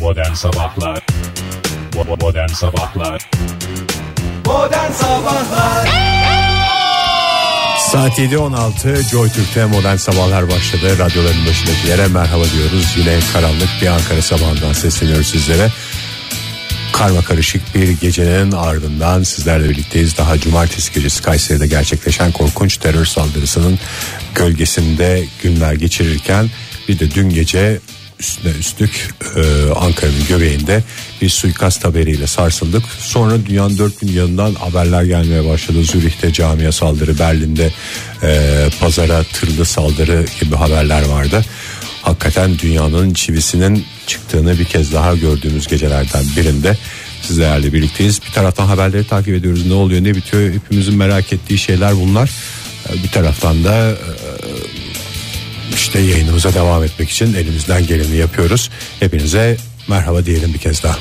Modern Sabahlar Bo- Modern Sabahlar Modern Sabahlar Saat 7.16 Joy Türk'te modern sabahlar başladı. Radyoların başındakilere merhaba diyoruz. Yine karanlık bir Ankara sabahından sesleniyoruz sizlere. Karma karışık bir gecenin ardından sizlerle birlikteyiz. Daha cumartesi gecesi Kayseri'de gerçekleşen korkunç terör saldırısının gölgesinde günler geçirirken bir de dün gece üstüne üstlük e, Ankara'nın göbeğinde bir suikast haberiyle sarsıldık. Sonra dünyanın dört bin yanından haberler gelmeye başladı. Zürih'te camiye saldırı, Berlin'de e, pazara tırlı saldırı gibi haberler vardı. Hakikaten dünyanın çivisinin çıktığını bir kez daha gördüğümüz gecelerden birinde sizlerle birlikteyiz. Bir taraftan haberleri takip ediyoruz. Ne oluyor, ne bitiyor? Hepimizin merak ettiği şeyler bunlar. E, Bir taraftan da e, işte yayınımıza devam etmek için elimizden geleni yapıyoruz. Hepinize merhaba diyelim bir kez daha.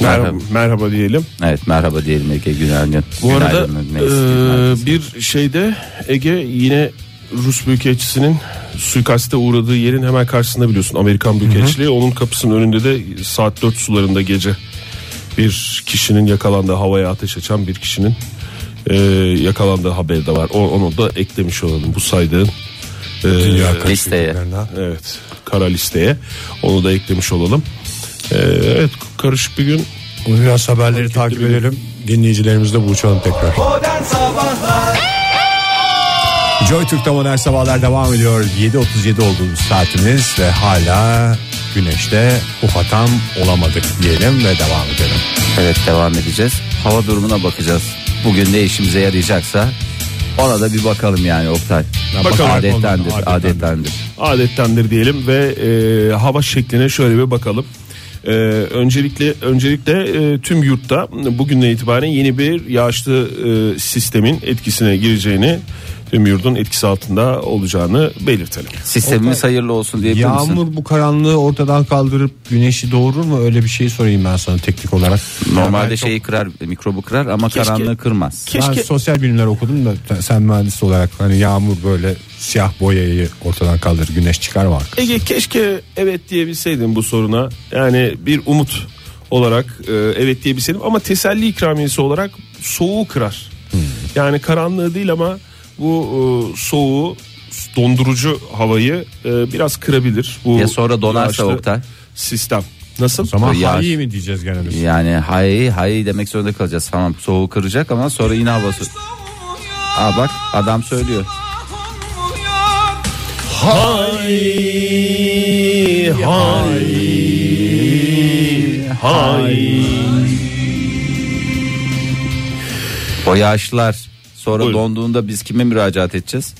Merhaba. Merhaba, merhaba diyelim. Evet merhaba diyelim Ege günaydın. Bu arada Günaydın, eee, neyse, günaydın. bir şeyde Ege yine Rus Büyükelçisi'nin suikaste uğradığı yerin hemen karşısında biliyorsun Amerikan Büyükelçiliği. Onun kapısının önünde de saat 4 sularında gece bir kişinin yakalandığı havaya ateş açan bir kişinin eee, yakalandığı haberi de var. O, onu da eklemiş olalım bu saydığın. eee, Dünya Kaç listeye. Ülkelerinden. Evet kara listeye onu da eklemiş olalım. Eee, evet karışık bir gün Bu biraz haberleri takip edelim. Dinleyicilerimizle buluşalım tekrar. Modern Sabahlar Joy Türk'te modern sabahlar devam ediyor. 7.37 olduğumuz saatimiz ve hala güneşte ufatam olamadık diyelim ve devam edelim. Evet devam edeceğiz. Hava durumuna bakacağız. Bugün ne işimize yarayacaksa ona da bir bakalım yani Oktay. bakalım. Adettendir, Adettendir. adettendir. adettendir diyelim ve e, hava şekline şöyle bir bakalım. E, öncelikle öncelikle e, tüm yurtta bugünden itibaren yeni bir yağışlı e, sistemin etkisine gireceğini tüm yurdun etkisi altında olacağını belirtelim. Sistemimiz hayırlı olsun diyebilir misin? Yağmur bu karanlığı ortadan kaldırıp güneşi doğurur mu? Öyle bir şey sorayım ben sana teknik olarak. Normalde Ya ben şeyi kırar, mikrobu kırar ama karanlığı kırmaz. Ben sosyal bilimler okudum da sen mühendis olarak hani yağmur böyle siyah boyayı ortadan kaldırır güneş çıkar mı? arkada? Ege keşke evet diyebilseydim bu soruna. Yani bir umut olarak e, evet diyebilseydim ama teselli ikramiyesi olarak soğuğu kırar. Hmm. Yani karanlığı değil ama bu e, soğuğu dondurucu havayı e, biraz kırabilir. Bu Ya sonra donarsa yağışlı Oktay? Sistem. Nasıl? O zaman Yağ- hayır mi diyeceğiz gene biz? Yani hay hay demek zorunda kalacağız. Tamam soğuğu kıracak ama sonra yine havası. Aa bak adam söylüyor. O yağışlar sonra Buyurun. donduğunda biz kime müracaat edeceğiz?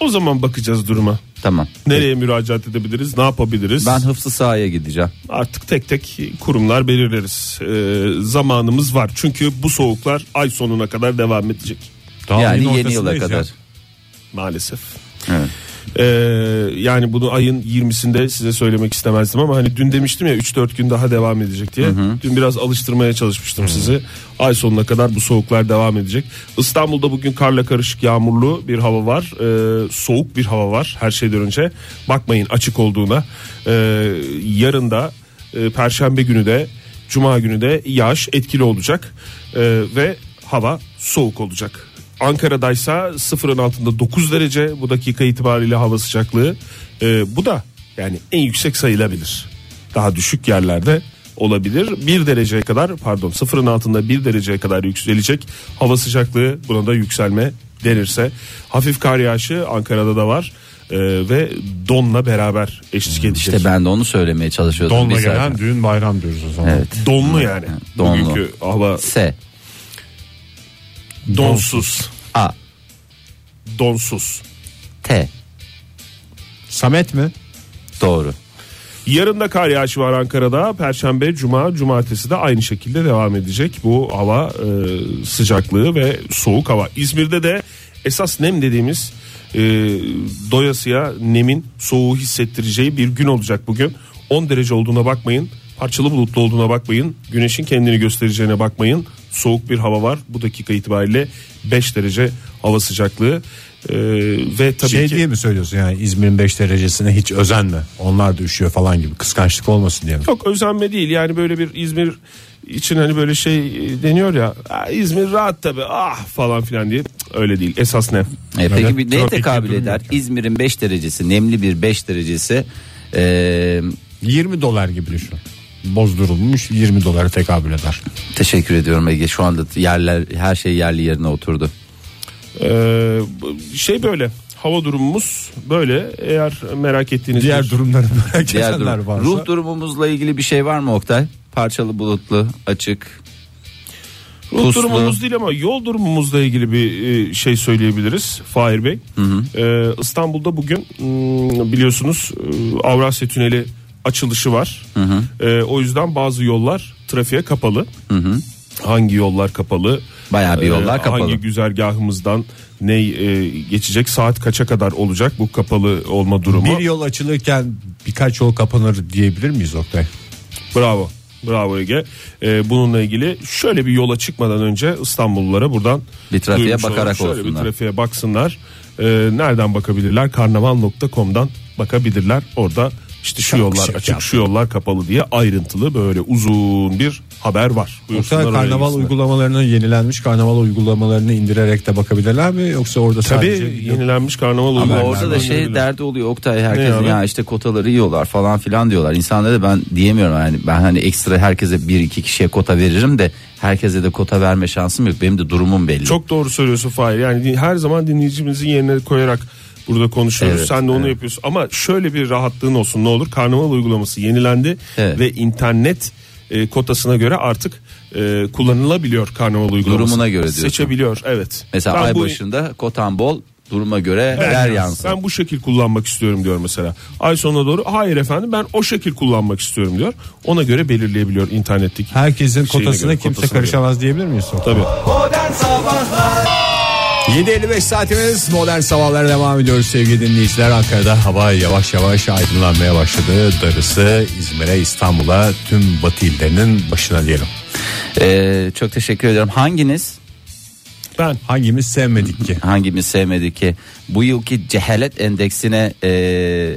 O zaman bakacağız duruma. Tamam. Nereye müracaat edebiliriz? Ne yapabiliriz? Ben hıfzı sahaya gideceğim. Artık tek tek kurumlar belirleriz. E, zamanımız var. Çünkü bu soğuklar ay sonuna kadar devam edecek. Daha ayın yani yeni yıla ortasındayız ya. kadar. maalesef. Evet. Ee, yani bunu ayın 20'sinde size söylemek istemezdim ama hani dün demiştim ya 3-4 gün daha devam edecek diye. Dün biraz alıştırmaya çalışmıştım sizi. Ay sonuna kadar bu soğuklar devam edecek. İstanbul'da bugün karla karışık yağmurlu bir hava var. Ee, soğuk bir hava var her şeyden önce. Bakmayın açık olduğuna. Ee, yarın da e, perşembe günü de cuma günü de yağış etkili olacak. Ee, ve hava soğuk olacak. Ankara'daysa sıfırın altında 9 derece bu dakika itibariyle hava sıcaklığı. Ee, bu da yani en yüksek sayılabilir. Daha düşük yerlerde olabilir. 1 dereceye kadar pardon sıfırın altında 1 dereceye kadar yükselecek hava sıcaklığı buna da yükselme denirse. Hafif kar yağışı Ankara'da da var ee, ve donla beraber eşlik edecek. İşte Hmm, ben de onu söylemeye çalışıyordum. Donla biz zaten. gelen düğün bayram diyoruz o zaman. Evet. Donlu yani. Donlu. Bugünkü hava S. donsuz. A. Donsuz. T. Samet mi? Doğru. E, Yarın da kar yağışı var Ankara'da. Perşembe, cuma, cumartesi de aynı şekilde devam edecek bu hava e, sıcaklığı ve soğuk hava. İzmir'de de esas nem dediğimiz e, doyasıya nemin soğuğu hissettireceği bir gün olacak bugün. 10 derece olduğuna bakmayın. Parçalı bulutlu olduğuna bakmayın. Güneşin kendini göstereceğine bakmayın. Soğuk bir hava var. Bu dakika itibariyle 5 derece hava sıcaklığı. Ee, ve tabii Şey ki diye mi söylüyorsun yani İzmir'in 5 derecesine hiç özenme. Onlar da üşüyor falan gibi kıskançlık olmasın diye mi? Yok özenme değil yani böyle bir İzmir için hani böyle şey e, deniyor ya "Aa, İzmir rahat tabi ah falan filan diye Cık, öyle değil esas ne E, Öyle. peki bir neye Tropik tekabül iklim eder? İzmir'in 5 derecesi, nemli bir 5 derecesi. Ee, 20 dolar gibi düşün. Bozdurulmuş 20 dolara tekabül eder. teşekkür ediyorum Ege. Şu anda yerler her şey yerli yerine oturdu. Ee, bu- şey böyle hava durumumuz böyle eğer merak ettiğiniz Diğer bir- durumları merak Diğer edenler durum. varsa. Ruh durumumuzla ilgili bir şey var mı Oktay? Parçalı bulutlu, açık. Ruh Puslu. durumumuz değil ama yol durumumuzla ilgili bir e, şey söyleyebiliriz Fahir Bey. Ee, İstanbul'da bugün mm, biliyorsunuz e, Avrasya Tüneli açılışı var. Ee, o yüzden bazı yollar trafiğe kapalı. Hangi yollar kapalı? E, Bayağı bir yollar kapalı. Hangi güzergahımızdan ne e, geçecek saat kaça kadar olacak bu kapalı olma durumu? Bir yol açılırken birkaç yol kapanır diyebilir miyiz Oktay? Bravo. Bravo Ege. Ee, bununla ilgili şöyle bir yola çıkmadan önce İstanbullulara buradan Bir trafiğe duyurmuş olalım. bakarak şöyle olsunlar. bir trafiğe baksınlar. Ee, nereden bakabilirler? Karnaval.com'dan bakabilirler. Orada işte şu Şak yollar şak açık, yap. şu yollar kapalı diye ayrıntılı böyle uzun bir haber var. Buyursunlar Oktay oraya karnaval gitsinler. uygulamalarını yenilenmiş karnaval uygulamalarını indirerek de bakabilirler mi? Yoksa orada Tabii sadece... yenilenmiş karnaval Ama uygulamaları orada da şey olabilir. derdi oluyor Oktay herkes Ne abi? ya işte kotaları yiyorlar falan filan diyorlar. İnsanlara da ben diyemiyorum yani ben hani ekstra herkese bir iki kişiye kota veririm de herkese de kota verme şansım yok. Benim de durumum belli. Çok doğru söylüyorsun Fahir. Yani din- her zaman dinleyicimizin yerine koyarak burada konuşuyoruz. Evet, Sen de onu evet. yapıyorsun. Ama şöyle bir rahatlığın olsun ne olur. Karnaval uygulaması yenilendi Evet. ve internet e, kotasına göre artık e, kullanılabiliyor karnaval uygulaması. Durumuna göre diyorsun. Seçebiliyor evet. Mesela Ben ay bu- başında kotan bol duruma göre ben- ver yansın. Ben bu şekil kullanmak istiyorum diyor mesela. Ay sonuna doğru hayır efendim ben o şekil kullanmak istiyorum diyor. Ona göre belirleyebiliyor internetteki. Herkesin şeyine kotasına göre, kimse kotasına göre. karışamaz diyebilir miyiz? Oktay? Tabii. Modern Sabahlar 7.55 saatimiz modern sabahlara devam ediyoruz sevgili dinleyiciler. Ankara'da hava yavaş yavaş aydınlanmaya başladı. Darısı İzmir'e, İstanbul'a, tüm batı illerinin başına diyelim. Ee, çok teşekkür ediyorum. Hanginiz Ben Hangimiz sevmedik ki? hangimiz sevmedi ki bu yılki cehalet endeksine e,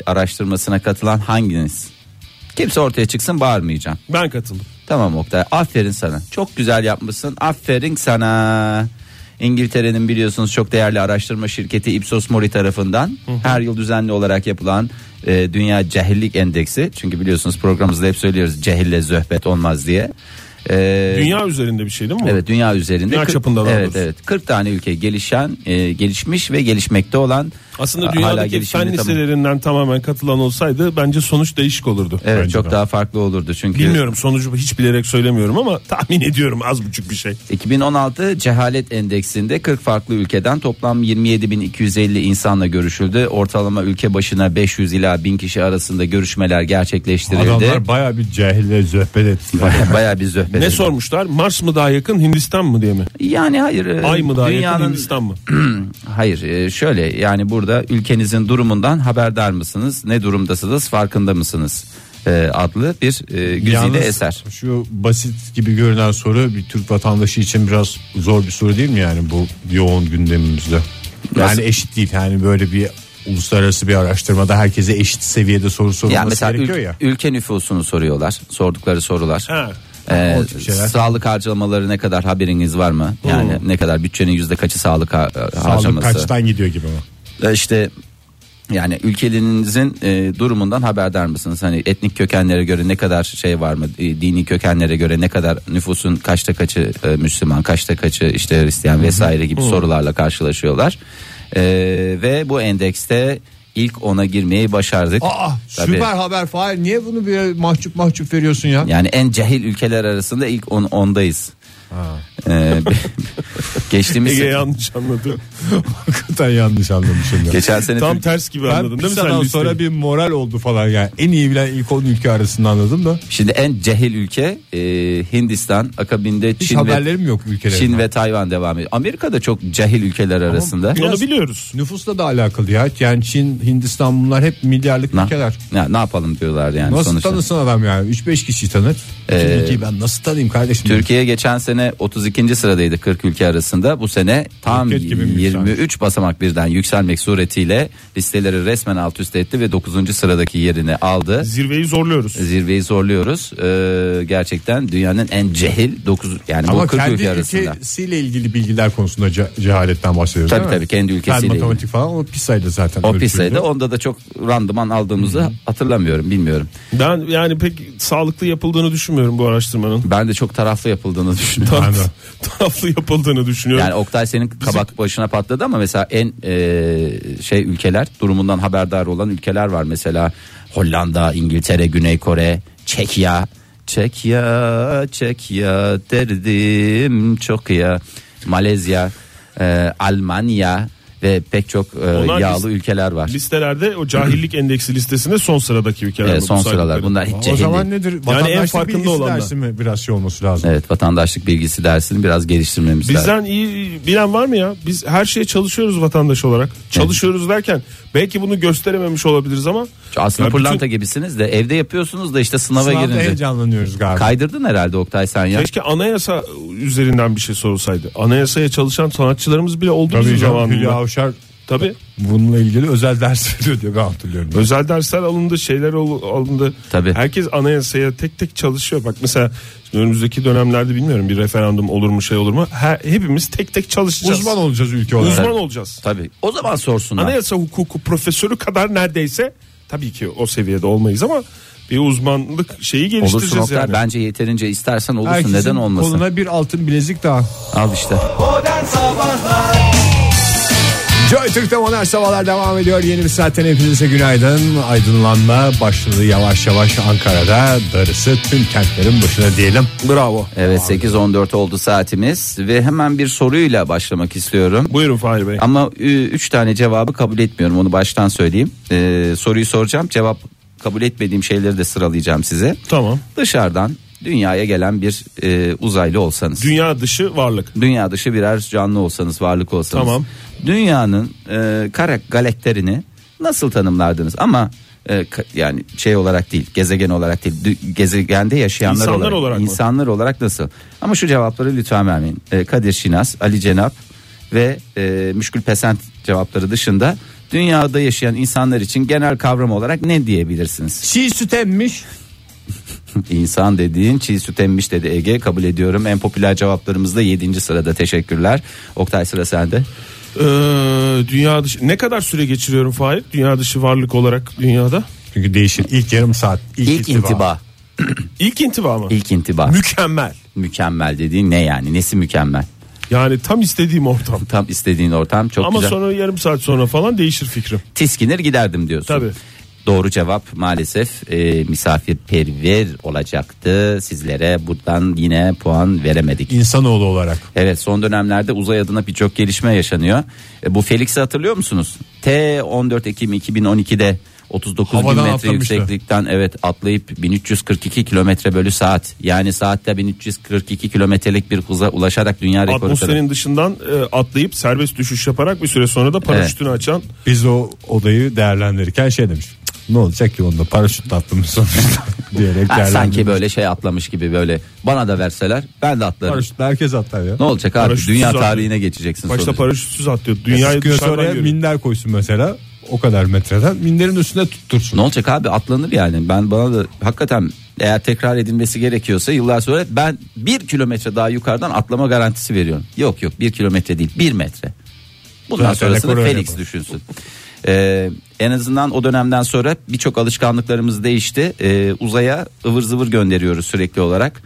araştırmasına katılan hanginiz? Kimse ortaya çıksın bağırmayacağım. ben katıldım. Tamam Oktay aferin sana çok güzel yapmışsın aferin sana. İngiltere'nin biliyorsunuz çok değerli araştırma şirketi Ipsos Mori tarafından her yıl düzenli olarak yapılan e, Dünya Cehillik Endeksi. Çünkü biliyorsunuz programımızda hep söylüyoruz cehille zöhbet olmaz diye. E, Dünya üzerinde bir şey değil mi? bu? Evet dünya üzerinde. Dünya kırk- çapında daha Evet doğrusu. evet. 40 tane ülke gelişen, e, gelişmiş ve gelişmekte olan. Aslında hala dünyadaki gelişimini fen tamam- liselerinden tamamen katılan olsaydı bence sonuç değişik olurdu. Evet Bence çok ben. daha farklı olurdu çünkü. Bilmiyorum sonucu hiç bilerek söylemiyorum ama tahmin ediyorum az buçuk bir şey. 2016 cehalet endeksinde 40 farklı ülkeden toplam 27.250 insanla görüşüldü. Ortalama ülke başına 500 ila 1000 kişi arasında görüşmeler gerçekleştirildi. Adamlar baya bir cahille zöhbet ettiler. Baya- Bayağı bir zöhbet. Ne edildi. sormuşlar? Mars mı daha yakın, Hindistan mı diye mi? Yani hayır. e, Ay mı daha yakın, dünyanın Hindistan mı? Hayır e, şöyle yani burada ülkenizin durumundan haberdar mısınız? Ne durumdasınız farkında mısınız? E, adlı bir e, güzide Yalnız eser. Şu basit gibi görünen soru bir Türk vatandaşı için biraz zor bir soru değil mi yani bu yoğun gündemimizde? Yani Nasıl? eşit değil yani böyle bir uluslararası bir araştırmada herkese eşit seviyede soru sorulması Yani mesela gerekiyor ül- ya. ülke nüfusunu soruyorlar. Sordukları sorular. Ha. E, O tip şeyler. sağlık harcamaları ne kadar haberiniz var mı? Yani ne kadar bütçenin yüzde kaçı sağlık, ha- e, Sağlık harcaması? kaçtan gidiyor gibi mi? E, işte yani ülkenizin e, durumundan haberdar mısınız? Hani etnik kökenlere göre ne kadar şey var mı? E, dini kökenlere göre ne kadar nüfusun kaçta kaçı e, Müslüman, kaçta kaçı işte Hristiyan vesaire gibi sorularla karşılaşıyorlar. E, ve bu endekste ilk ona girmeyi başardık. Aa Tabii. süper haber Fahir niye bunu bir mahcup mahcup veriyorsun ya? Yani en cahil ülkeler arasında ilk on, ondayız. Ee, geçtiğimiz Ege yanlış anladı. Hakikaten yanlış anlamışım. ya. geçen sene Tam Türk- ters gibi Ben anladım değil mi sen pisadan listeyi? sonra bir moral oldu falan yani. En iyi bilen ilk 10 ülke arasında anladım da. şimdi en cehil ülke e, Hindistan, akabinde Hiç Çin ve haberlerim yok ülkelerin. Çin ve Tayvan devam ediyor. Amerika da çok cahil ülkeler arasında. Onu Biraz- biliyoruz. Nüfusla da alakalı ya. Yani Çin, Hindistan bunlar hep milyarlık Na- ülkeler. Ya, ne yapalım diyorlar yani Nasıl sonuçta. Ee, tanısın adam yani? 3-5 kişi tanır. Bütün ülkeyi ben nasıl tanıyayım kardeşim? Türkiye geçen sene 32. sıradaydı 40 ülke arasında. Bu sene tam Roket gibi mi 23 basamak birden yükselmek suretiyle listeleri resmen alt üst etti ve 9. sıradaki yerini aldı. Zirveyi zorluyoruz. Zirveyi zorluyoruz. Ee, gerçekten dünyanın en cehil 9 yani Ama bu 40 kendi ülke arasında. ülkesiyle ilgili bilgiler konusunda ce- cehaletten bahsediyoruz Tabii değil mi? tabii, kendi ülkesiyle Fen matematik falan o PISA'ydı zaten. O ölçüldü. PISA'ydı. Onda da çok randıman aldığımızı hatırlamıyorum, bilmiyorum. Ben yani pek sağlıklı yapıldığını düşünmüyorum bu araştırmanın. Ben de çok taraflı yapıldığını düşünüyorum. Ben de. Taraflı yapıldığını düşünüyorum. Yani Oktay senin kabak başına patladı ama mesela en e, şey ülkeler durumundan haberdar olan ülkeler var. Mesela Hollanda, İngiltere, Güney Kore, Çekya. Çekya, Çekya derdim çok ya. Malezya, e, Almanya ve pek çok e, Onlar yağlı list- ülkeler var. Listelerde o cahillik endeksi listesinde son sıradaki ülkeler. Evet, bu son saydıkları. sıralar. Bunlar hiç O cehil zaman değil. nedir? Yani en Vatandaşlık en farkında farkında olan olanlar. dersi mi biraz şey olması lazım? Evet, vatandaşlık bilgisi dersini biraz geliştirmemiz lazım. Bizden iyi bilen var mı ya? Biz her şeye çalışıyoruz vatandaş olarak. Çalışıyoruz derken belki bunu gösterememiş olabiliriz ama Aslında Ya bütün- pırlanta gibisiniz de evde yapıyorsunuz da işte sınava Sınavda girince. heyecanlanıyoruz galiba. Kaydırdın herhalde Oktay sen ya. Keşke anayasa üzerinden bir şey sorulsaydı. Anayasaya çalışan sanatçılarımız bile oldu Tabii bizim canım zamanında. Hülya Avşar Tabii. bununla ilgili özel ders veriyor diye ben hatırlıyorum. Özel dersler alındı, şeyler ol- alındı. Tabii. Herkes anayasaya tek tek çalışıyor. Bak mesela şimdi önümüzdeki dönemlerde bilmiyorum bir referandum olur mu şey olur mu? Her, hepimiz tek tek çalışacağız. Uzman olacağız ülke olarak. Uzman olacağız. Tabii. O zaman sorsunlar. Anayasa hukuku profesörü kadar neredeyse tabii ki o seviyede olmayız ama bir uzmanlık şeyi Olursun geliştireceğiz Oktay. yani. Bence yeterince istersen olursun. Herkesin Neden olmasın? koluna bir altın bilezik daha. Al işte. Modern Sabahlar Joy Türk'te modern sabahlar devam ediyor. Yeni bir saatten hepinize günaydın. Aydınlanma başladı yavaş yavaş Ankara'da. Darısı tüm kentlerin başına diyelim. Bravo. Evet 8.14 oldu saatimiz ve hemen bir soruyla başlamak istiyorum. Buyurun Fahri Bey. Ama 3 tane cevabı kabul etmiyorum onu baştan söyleyeyim. Ee, soruyu soracağım cevap kabul etmediğim şeyleri de sıralayacağım size. Tamam. Dışarıdan dünyaya gelen bir e, uzaylı olsanız. Dünya dışı varlık. dünya dışı birer canlı olsanız varlık olsanız Tamam. dünyanın e, kara galakterini nasıl tanımlardınız ama e, ka- yani şey olarak değil gezegen olarak değil dü- gezegende yaşayanlar İnsanlar olarak, olarak mı? insanlar olarak nasıl ama şu cevapları lütfen vermeyin E, Kadir Şinas Ali Cenap ve e, Müşkül Pesent cevapları dışında dünyada yaşayan insanlar için genel kavram olarak ne diyebilirsiniz Çiğ süt emmiş. İnsan dediğin çiğ süt emmiş dedi Ege kabul ediyorum. En popüler cevaplarımızda 7. sırada teşekkürler. Oktay sıra sende. Ee, dünya dışı ne kadar süre geçiriyorum Fahir? Dünya dışı varlık olarak dünyada. Çünkü değişir. İlk yarım saat. ilk İlk intiba. İlk intiba mı? İlk intiba. Mükemmel. mükemmel dediğin ne yani? Nesi mükemmel? Yani tam istediğim ortam. Tam istediğin ortam çok Ama güzel. sonra yarım saat sonra falan değişir fikrim. Tiskinir giderdim diyorsun. Tabii. Doğru cevap maalesef e, misafirperver olacaktı. Sizlere buradan yine puan veremedik. İnsanoğlu olarak. Evet son dönemlerde uzay adına birçok gelişme yaşanıyor. E, bu Felix'i hatırlıyor musunuz? T-14 Ekim 2012'de 39 Havadan bin metre atlamıştı. yükseklikten evet atlayıp 1342 kilometre bölü saat yani saatte 1342 kilometrelik bir hıza ulaşarak dünya rekoru kırdı. Atmosferin dışından e, atlayıp serbest düşüş yaparak bir süre sonra da paraşütünü açan Biz o odayı değerlendirirken şey demiş. "Cık, Ne olacak ki onda paraşütle attığımız sonuçta diyerek Ha, değerlendirmiş. sanki böyle şey atlamış gibi böyle bana da verseler ben de atlarım. Paraşütle herkes atlar ya. Ne olacak abi Paraşütsüz dünya atlıyor. tarihine geçeceksin başta sonuçta. paraşütsüz atlıyor. Dünyayı Dünyayı dışarıdan oraya görüyor. minder koysun mesela. O kadar metreden. Minderin üstüne tuttursun. Ne olacak abi atlanır yani ben bana da hakikaten eğer tekrar edilmesi gerekiyorsa yıllar sonra ben bir kilometre daha yukarıdan atlama garantisi veriyorum. Yok yok bir kilometre değil bir metre. Bundan Zaten sonrasını rekoru Felix yapar. düşünsün. Ee, en azından o dönemden sonra birçok alışkanlıklarımız değişti. Ee, uzaya ıvır zıvır gönderiyoruz sürekli olarak.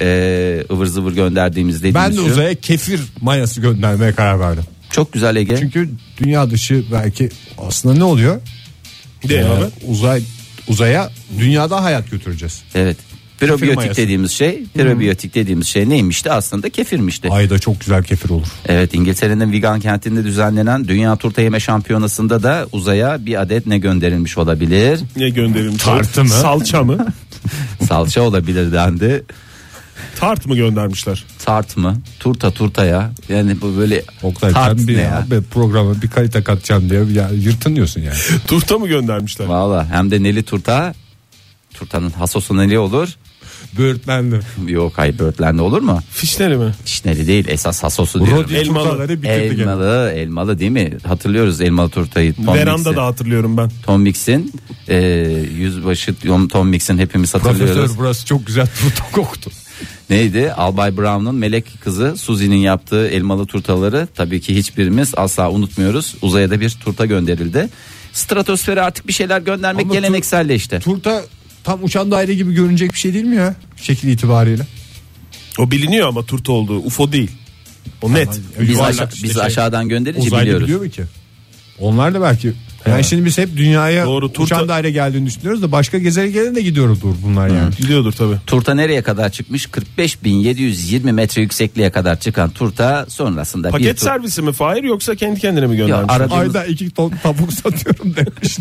Ee, ıvır zıvır gönderdiğimiz dediğimiz Ben de şu. uzaya kefir mayası göndermeye karar verdim. Çok güzel Ege. Çünkü dünya dışı belki aslında ne oluyor? De Ee, abi. uzay uzaya dünyada hayat götüreceğiz. Evet. Probiyotik mayası. dediğimiz şey, probiyotik dediğimiz şey neymişti aslında kefirmişti. Ayda çok güzel kefir olur. Evet İngiltere'nin Wigan kentinde düzenlenen Dünya Turta Yeme Şampiyonası'nda da uzaya bir adet ne gönderilmiş olabilir? Ne gönderelim? Tartı mı? Salça mı? Salça olabilir dendi. Tart mı göndermişler? Tart mı? Turta turtaya. Yani bu böyle Oktay tart sen bir ne ya? abi programa bir kalite katacağım diye ya, yırtınıyorsun yani. Turta mı göndermişler? Valla hem de neli turta. Turtanın hasosu neli olur? Böğürtlenli. Yok hayır böğürtlenli olur mu? Fişleri mi? Çineli değil esas hasosu diyorum. Brody Elmalı. turtaları bitirdi gene. Elmalı, elmalı değil mi? Hatırlıyoruz elmalı turtayı. Tom Veranda Mix'in. da hatırlıyorum ben. Tom Mix'in e, yüzbaşı Tom- Tom Mix'in hepimiz hatırlıyoruz. Profesör burası çok güzel turta koktu. Neydi? Albay Brown'un melek kızı Suzy'nin yaptığı elmalı turtaları tabii ki hiçbirimiz asla unutmuyoruz. Uzaya da bir turta gönderildi. Stratosfere artık bir şeyler göndermek Ama tur- gelenekselleşti. Turta tam uçan daire gibi görünecek bir şey değil mi ya? Şekil itibariyle. O biliniyor ama turta olduğu. UFO değil. O net. biz, Yuvarlak aşa- işte biz şey. aşağıdan gönderince Uzaylı biliyoruz. biliyor mu ki? Onlar da belki. Yani şimdi biz hep dünyaya Doğru, turta- uçan daire geldiğini düşünüyoruz da başka gezegene de gidiyordur bunlar yani. Biliyordur tabii. Turta nereye kadar çıkmış? 45.720 metre yüksekliğe kadar çıkan turta sonrasında bir Paket tur- servisi mi Fahir yoksa kendi kendine mi Ya göndermişler? aradığımız- Ayda iki ton tavuk satıyorum demiş.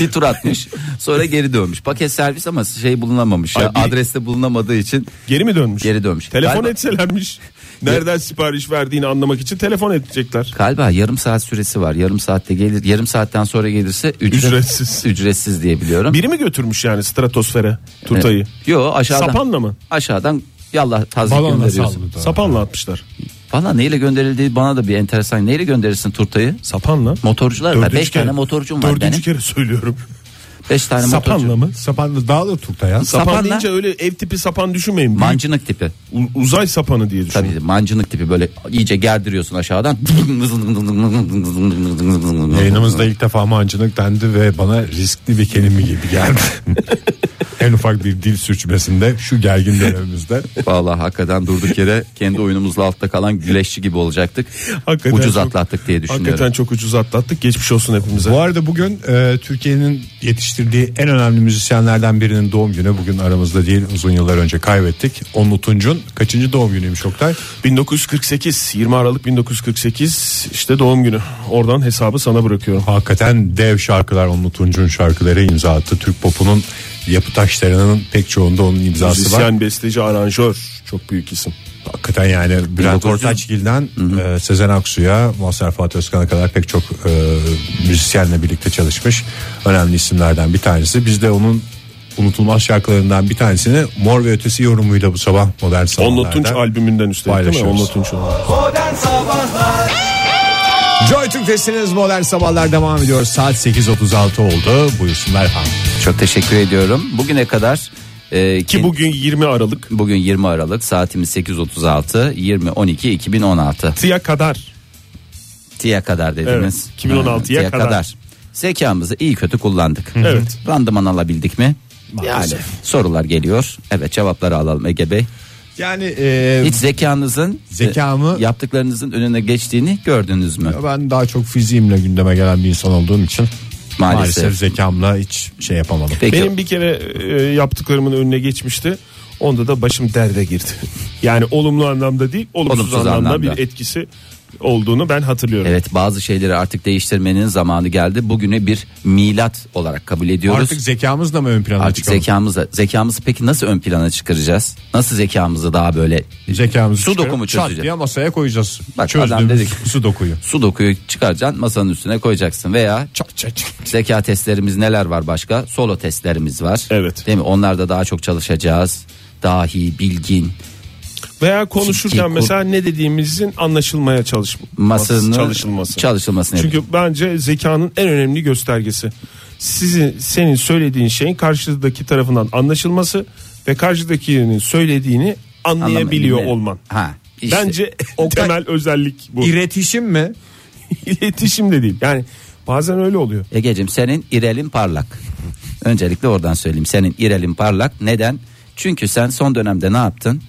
bir tur atmış. Sonra geri dönmüş. Paket servis ama şey bulunamamış. ya, Ay bir- Adreste bulunamadığı için Geri mi dönmüş? Geri dönmüş. Telefon Galiba- etselermiş. Nereden sipariş verdiğini anlamak için telefon edecekler. Galiba yarım saat süresi var. Yarım saatte gelir. Yarım saatten sonra gelirse ücret- Ücretsiz. Ücretsiz diye biliyorum. Biri mi götürmüş yani stratosfere turtayı? Yo aşağıdan. Sapanla mı? Aşağıdan yallah tazik Balonla gönderiyorsun. sallıyor. Sapanla atmışlar. Valla neyle gönderildiği bana da bir enteresan. Neyle gönderirsin turtayı? Sapanla. Motorcular var. Dördüncü Beş kere- tane motorcum var Dördüncü benim. kere söylüyorum. Beş tane motorcu. Sapanla mı? Sapanlı dağılır turta ya. Sapan Sapanla- deyince öyle ev tipi sapan düşünmeyin. Büyük Mancınık tipi. u- uzay sapanı diye düşünün. Tabii mancınık tipi böyle iyice gerdiriyorsun aşağıdan. Yayınımızda ilk defa mancınık dendi ve bana riskli bir kelime gibi geldi. en ufak bir dil sürçmesinde şu gergin dönemimizde Valla hakikaten durduk yere kendi oyunumuzla altta kalan güleşçi gibi olacaktık. Hakikaten Ucuz çok- atlattık diye düşünüyorum. Hakikaten çok ucuz atlattık. Geçmiş olsun hepimize. Bu arada bugün e, Türkiye'nin yetiştirdiği en önemli müzisyenlerden birinin doğum günü. Bugün aramızda değil uzun yıllar önce kaybettik. Onlu Tunç'un kaçıncı doğum günüymüş Oktay? 1948 20 Aralık 1948 işte doğum günü. Oradan hesabı sana bırakıyorum. Hakikaten dev şarkılar Onlu Tunç'un şarkıları imza attı. Türk popunun yapı taşlarının pek çoğunda onun imzası var. Müzisyen, besteci, aranjör çok büyük isim. Hakikaten yani Bülent 1900 Ortaçgil'den e, Sezen Aksu'ya Mazhar Fuat Özkan'a kadar pek çok e, müzisyenle birlikte çalışmış önemli isimlerden bir tanesi. Biz de onun unutulmaz şarkılarından bir tanesini Mor ve Ötesi yorumuyla bu sabah modern Onla Tunç sabahlarda. albümünden üstelik değil mi? paylaşıyoruz. Onla Tunç olan. Modern Sabahlar Joy Türk Festiniz modern sabahlar devam ediyor. Saat 8.36 oldu. Buyursunlar efendim. Çok teşekkür ediyorum. Bugüne kadar e, Ki bugün 20 Aralık. bugün 20 Aralık saatimiz 8.36 20 12 2016 Tıya kadar. tiye kadar dediniz. Evet, 2016'ya tiye kadar. Zekamızı iyi kötü kullandık. Evet. Randıman alabildik mi? Maalesef. Yani sorular geliyor. Evet cevapları alalım Ege Bey. Yani e, Hiç zekanızın Zekamı- e, yaptıklarınızın önüne geçtiğini gördünüz mü? ben daha çok fiziğimle gündeme gelen bir insan olduğum için Maalesef. maalesef, zekamla hiç şey yapamadım. Peki. Benim bir kere e, yaptıklarımın önüne geçmişti. Onda da başım derde girdi. Yani olumlu anlamda değil, olumsuz, Olumsuz anlamda, anlamda. bir etkisi olduğunu ben hatırlıyorum. Evet bazı şeyleri artık değiştirmenin zamanı geldi. Bugüne bir milat olarak kabul ediyoruz. Artık zekamız da mı ön plana Artık çıkalım? zekamızla zekamızı peki nasıl ön plana çıkaracağız? Nasıl zekamızı daha böyle zekamızı Sudoku çıkarıp mu çat çözeceğiz? diye masaya koyacağız. Bak, adam Çözdüğümüz dedi ki- su dokuyu. su dokuyu çıkaracaksın masanın üstüne koyacaksın veya Çat çat çat. zeka testlerimiz neler var başka? Solo testlerimiz var. Evet. Değil mi? Onlarda daha çok çalışacağız. Dahi, bilgin, Veya Ciddi kur- konuşurken mesela ne dediğimizin anlaşılmaya çalışılması. masını Çalışılması. çalışılmasını Çünkü bence zekanın en önemli göstergesi sizin senin söylediğin şeyin karşıdaki tarafından anlaşılması ve karşıdakinin söylediğini anlayabiliyor Anlamadım. olman. Ha. işte. Bence temel özellik bu. İletişim mi? İletişim de değil. Yani bazen öyle oluyor. Egeciğim senin irelin parlak. Öncelikle oradan söyleyeyim. Senin irelin parlak. Neden? Çünkü sen son dönemde ne yaptın?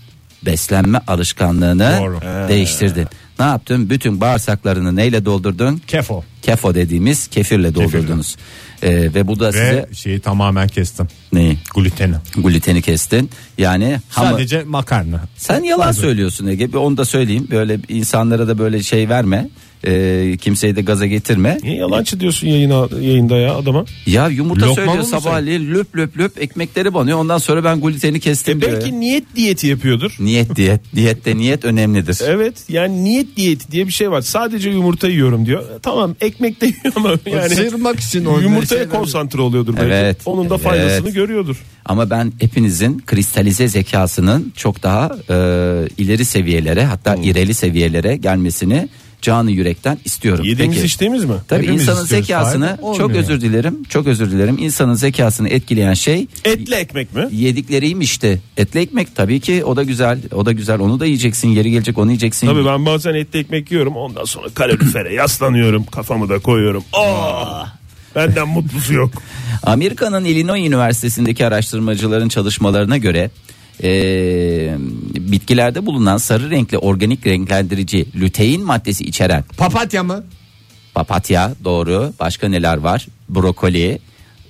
Beslenme alışkanlığını Doğru. değiştirdin. Ne yaptın? Bütün bağırsaklarını neyle doldurdun? Kefo. Kefo dediğimiz kefirle doldurdunuz. Ee, ve bu da Ve size şeyi tamamen kestim. neyi? Gluteni. Gluteni kestin. Yani hamur. Sadece makarna. Sen yalan söylüyorsun Ege. Bir Onu da söyleyeyim. Böyle insanlara da böyle şey verme. Ee, kimseyi de gaza getirme. Niye yalancı diyorsun yayına, yayında ya adama? Ya yumurta Lokma mı söylüyor mı sen? sabahleyin löp löp löp ekmekleri banıyor. Ondan sonra ben gluteni kestim E diyor. belki niyet diyeti yapıyordur. Niyet diyet. Diyette niyet önemlidir. E? Evet yani niyet diyeti diye bir şey var. Sadece yumurta yiyorum diyor. E, Tamam ekmek de yiyor ama yani Sıyırmak için o yumurtaya şey- konsantre oluyordur belki. Evet, Onun da evet. faydasını görüyordur. Ama ben hepinizin kristalize zekasının çok daha e, ileri seviyelere hatta Hmm. ireli seviyelere gelmesini canı yürekten istiyorum. Yediğimiz Peki. içtiğimiz mi? Tabii Hepimiz insanın istiyoruz. zekasını Hayır, olmuyor çok özür dilerim. Çok özür dilerim. İnsanın zekasını etkileyen şey Etli ekmek mi? yedikleriyim işte. Etli ekmek tabii ki o da güzel. O da güzel. Onu da yiyeceksin. Yeri gelecek onu yiyeceksin. Tabii ben bazen etli ekmek yiyorum. Ondan sonra kalorifere yaslanıyorum. Kafamı da koyuyorum. Aa! Benden mutlusu yok. Amerika'nın Illinois Üniversitesi'ndeki araştırmacıların çalışmalarına göre eee, bitkilerde bulunan sarı renkli organik renklendirici lütein maddesi içeren Papatya mı? papatya doğru başka neler var brokoli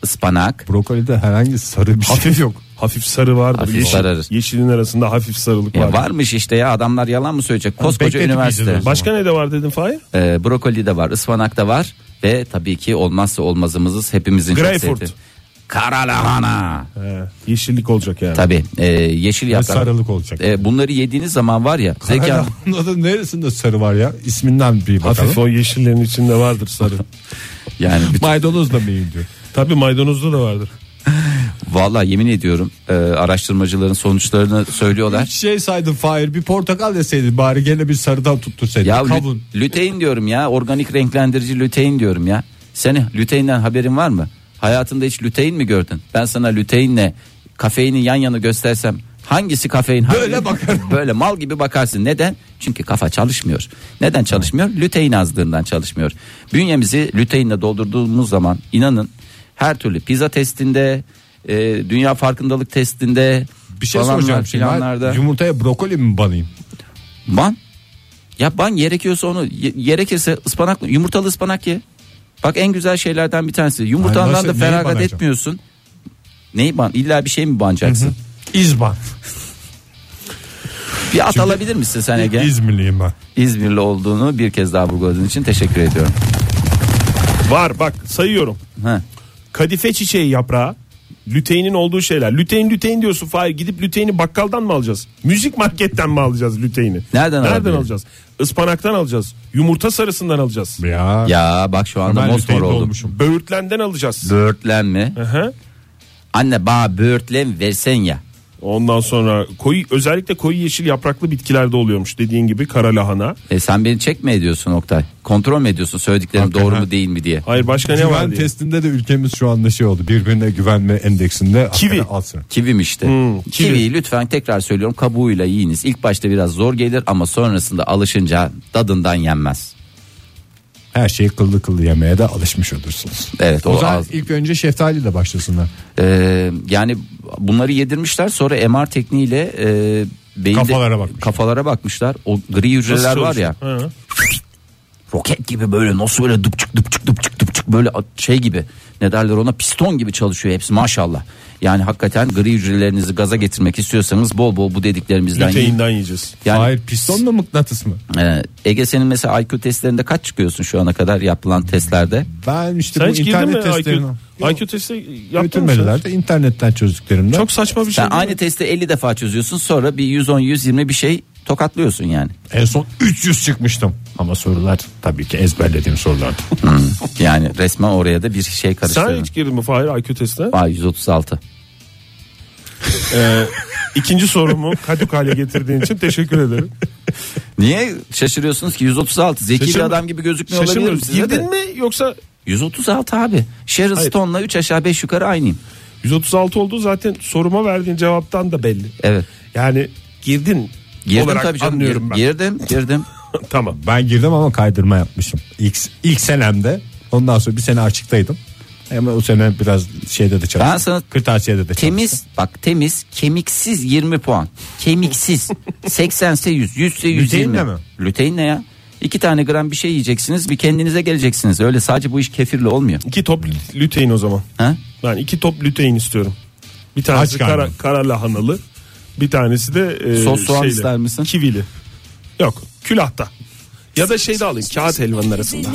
ıspanak Brokolide herhangi sarı bir şey yok. Hafif sarı vardır. Hafif Yeşil- sararır. E, Yeşilin arasında hafif sarılık Ya var. varmış işte ya adamlar yalan mı söyleyecek koskoca bekledik üniversite iyice de. Başka ne de var dedin Fahir? Eee, brokoli de var ıspanak da var ve tabii ki olmazsa olmazımızız hepimizin çok Greyfurt. sevdiği kara lahana He, yeşillik olacak yani. tabii eee, yeşil yaprak sarılık olacak. Eee, bunları yediğiniz zaman var ya zeka Onun adı neresinde sarı var ya? İsminden bir bakalım. Hafif o yeşillerin içinde vardır sarı. yani bütün- Maydanoz da mı iyi diyor. Tabii maydanozda da vardır. Vallahi yemin ediyorum e, araştırmacıların sonuçlarını söylüyorlar. Şey saydın Fahir bir portakal deseydin bari gene bir sarıdan tuttursaydın. ya lü- Kavun. lütein diyorum ya organik renklendirici lütein diyorum ya. Senin lüteinden haberin var mı? Hayatında hiç lütein mi gördün? Ben sana lüteinle kafeini yan yana göstersem hangisi kafein? hangisi- Böyle bakarım. Böyle mal gibi bakarsın. Neden? Çünkü kafa çalışmıyor. Neden çalışmıyor? Lütein azlığından çalışmıyor. Bünyemizi lüteinle doldurduğumuz zaman inanın her türlü pizza testinde e, dünya farkındalık testinde Bir şey falanlar, soracağım şimdi. Ben filanlarda- Yumurtaya brokoli mi banayım? Ban. Ya ban gerekiyorsa onu ye- gerekirse ıspanak yumurtalı ıspanak ye. Bak en güzel şeylerden bir tanesi. Yumurtandan Ay nasıl- da neyi feragat banacağım? etmiyorsun. Neyi ban? İlla bir şey mi banacaksın? İzban. bir at alabilir misin sen Ege? İzmirliyim ben. İzmirli olduğunu bir kez daha vurguladığın için teşekkür ediyorum. Var bak sayıyorum. Ha. Kadife çiçeği yaprağı. Lüteinin olduğu şeyler. Lütein lütein diyorsun Fahir. Gidip lüteini bakkaldan mı alacağız? Müzik marketten mi alacağız lüteini? Nereden Nereden alabiliriz? alacağız? Ispanaktan alacağız. Yumurta sarısından alacağız. Ya. Ya bak şu anda Ben mosmor lüteyinde oldum. olmuşum. Böğürtlenden alacağız. Böğürtlen mi? Aha. Anne bana böğürtlen versen ya. Ondan sonra koyu özellikle koyu yeşil yapraklı bitkilerde oluyormuş dediğin gibi kara lahana. E sen beni çek mi ediyorsun Oktay? Kontrol mü ediyorsun söylediklerim doğru mu değil mi diye? Hayır başka ne var Güven diye. testinde de ülkemiz şu anda şey oldu. Birbirine güvenme endeksinde Kivi. hakikaten alsın. Kivim işte. Hmm, kivi. Kiviyi lütfen tekrar söylüyorum kabuğuyla yiyiniz. İlk başta biraz zor gelir ama sonrasında alışınca tadından yenmez. Her şeyi kıllı kıllı yemeye de alışmış olursunuz. Evet o, O zaman az- ilk önce şeftaliyle başlasınlar. Ee, yani bunları yedirmişler sonra MR tekniğiyle e, beyinde- Kafalara bakmışlar. kafalara bakmışlar. O gri hücreler Nasıl var ya çalışıyor? Hı. roket gibi böyle nasıl böyle dıpçık dıpçık dıpçık dıpçık böyle şey gibi ne derler ona piston gibi çalışıyor hepsi maşallah. Yani hakikaten gri hücrelerinizi gaza getirmek istiyorsanız bol bol bu dediklerimizden yiyin. Lüteinden yiyeceğiz. Yani Hayır piston mu mıknatıs mı? Ee, Ege senin mesela IQ testlerinde kaç çıkıyorsun şu ana kadar yapılan testlerde? Ben işte Sen bu hiç girdin mi internet testlerini... IQ, IQ testi yaptın mı sen? Götürmeler de internetten çözdüklerimden. Çok saçma bir şey. Sen değil aynı mi? testi 50 defa çözüyorsun sonra bir 110 120 bir şey tokatlıyorsun yani. En son 300 çıkmıştım. Ama sorular tabii ki ezberlediğim sorular. Yani resmen oraya da bir şey Sen karıştırdın. hiç girdin mi Fahir IQ testine? Vay 136. Ee, ikinci sorumu kadük hale getirdiğin için teşekkür ederim. Niye şaşırıyorsunuz ki 136? Zeki bir Şaşırma- adam gibi gözükmüyor olabilirim Şaşırmıyoruz. size de. Girdin mi yoksa 136 abi. Sharon Hayır. Stone'la 3 aşağı 5 yukarı aynıyım. 136 oldu zaten soruma verdiğin cevaptan da belli. Evet. Yani girdin Girdim olarak tabii canım. anlıyorum gir- ben. Girdim, girdim. tamam. Ben girdim ama kaydırma yapmışım. İlk, ilk senemde ondan sonra bir sene açıktaydım. Ama o sene biraz şeyde de çalıştım. Ben sana Kırtasiyede de çalıştım. Temiz bak temiz kemiksiz 20 puan. Kemiksiz 80 ise 100 100 ise 120. Lüteinle mi? Lüteinle ya. iki tane gram bir şey yiyeceksiniz bir kendinize geleceksiniz. Öyle sadece bu iş kefirle olmuyor. İki top lütein o zaman. Ha? Ben iki top lütein istiyorum. Bir tanesi Aç karnı. kara, kara lahanalı. Bir tanesi de e, Sos soğan ister misin? Kivili. Yok külahta. Ya da şeyde alayım kağıt helvanın arasında.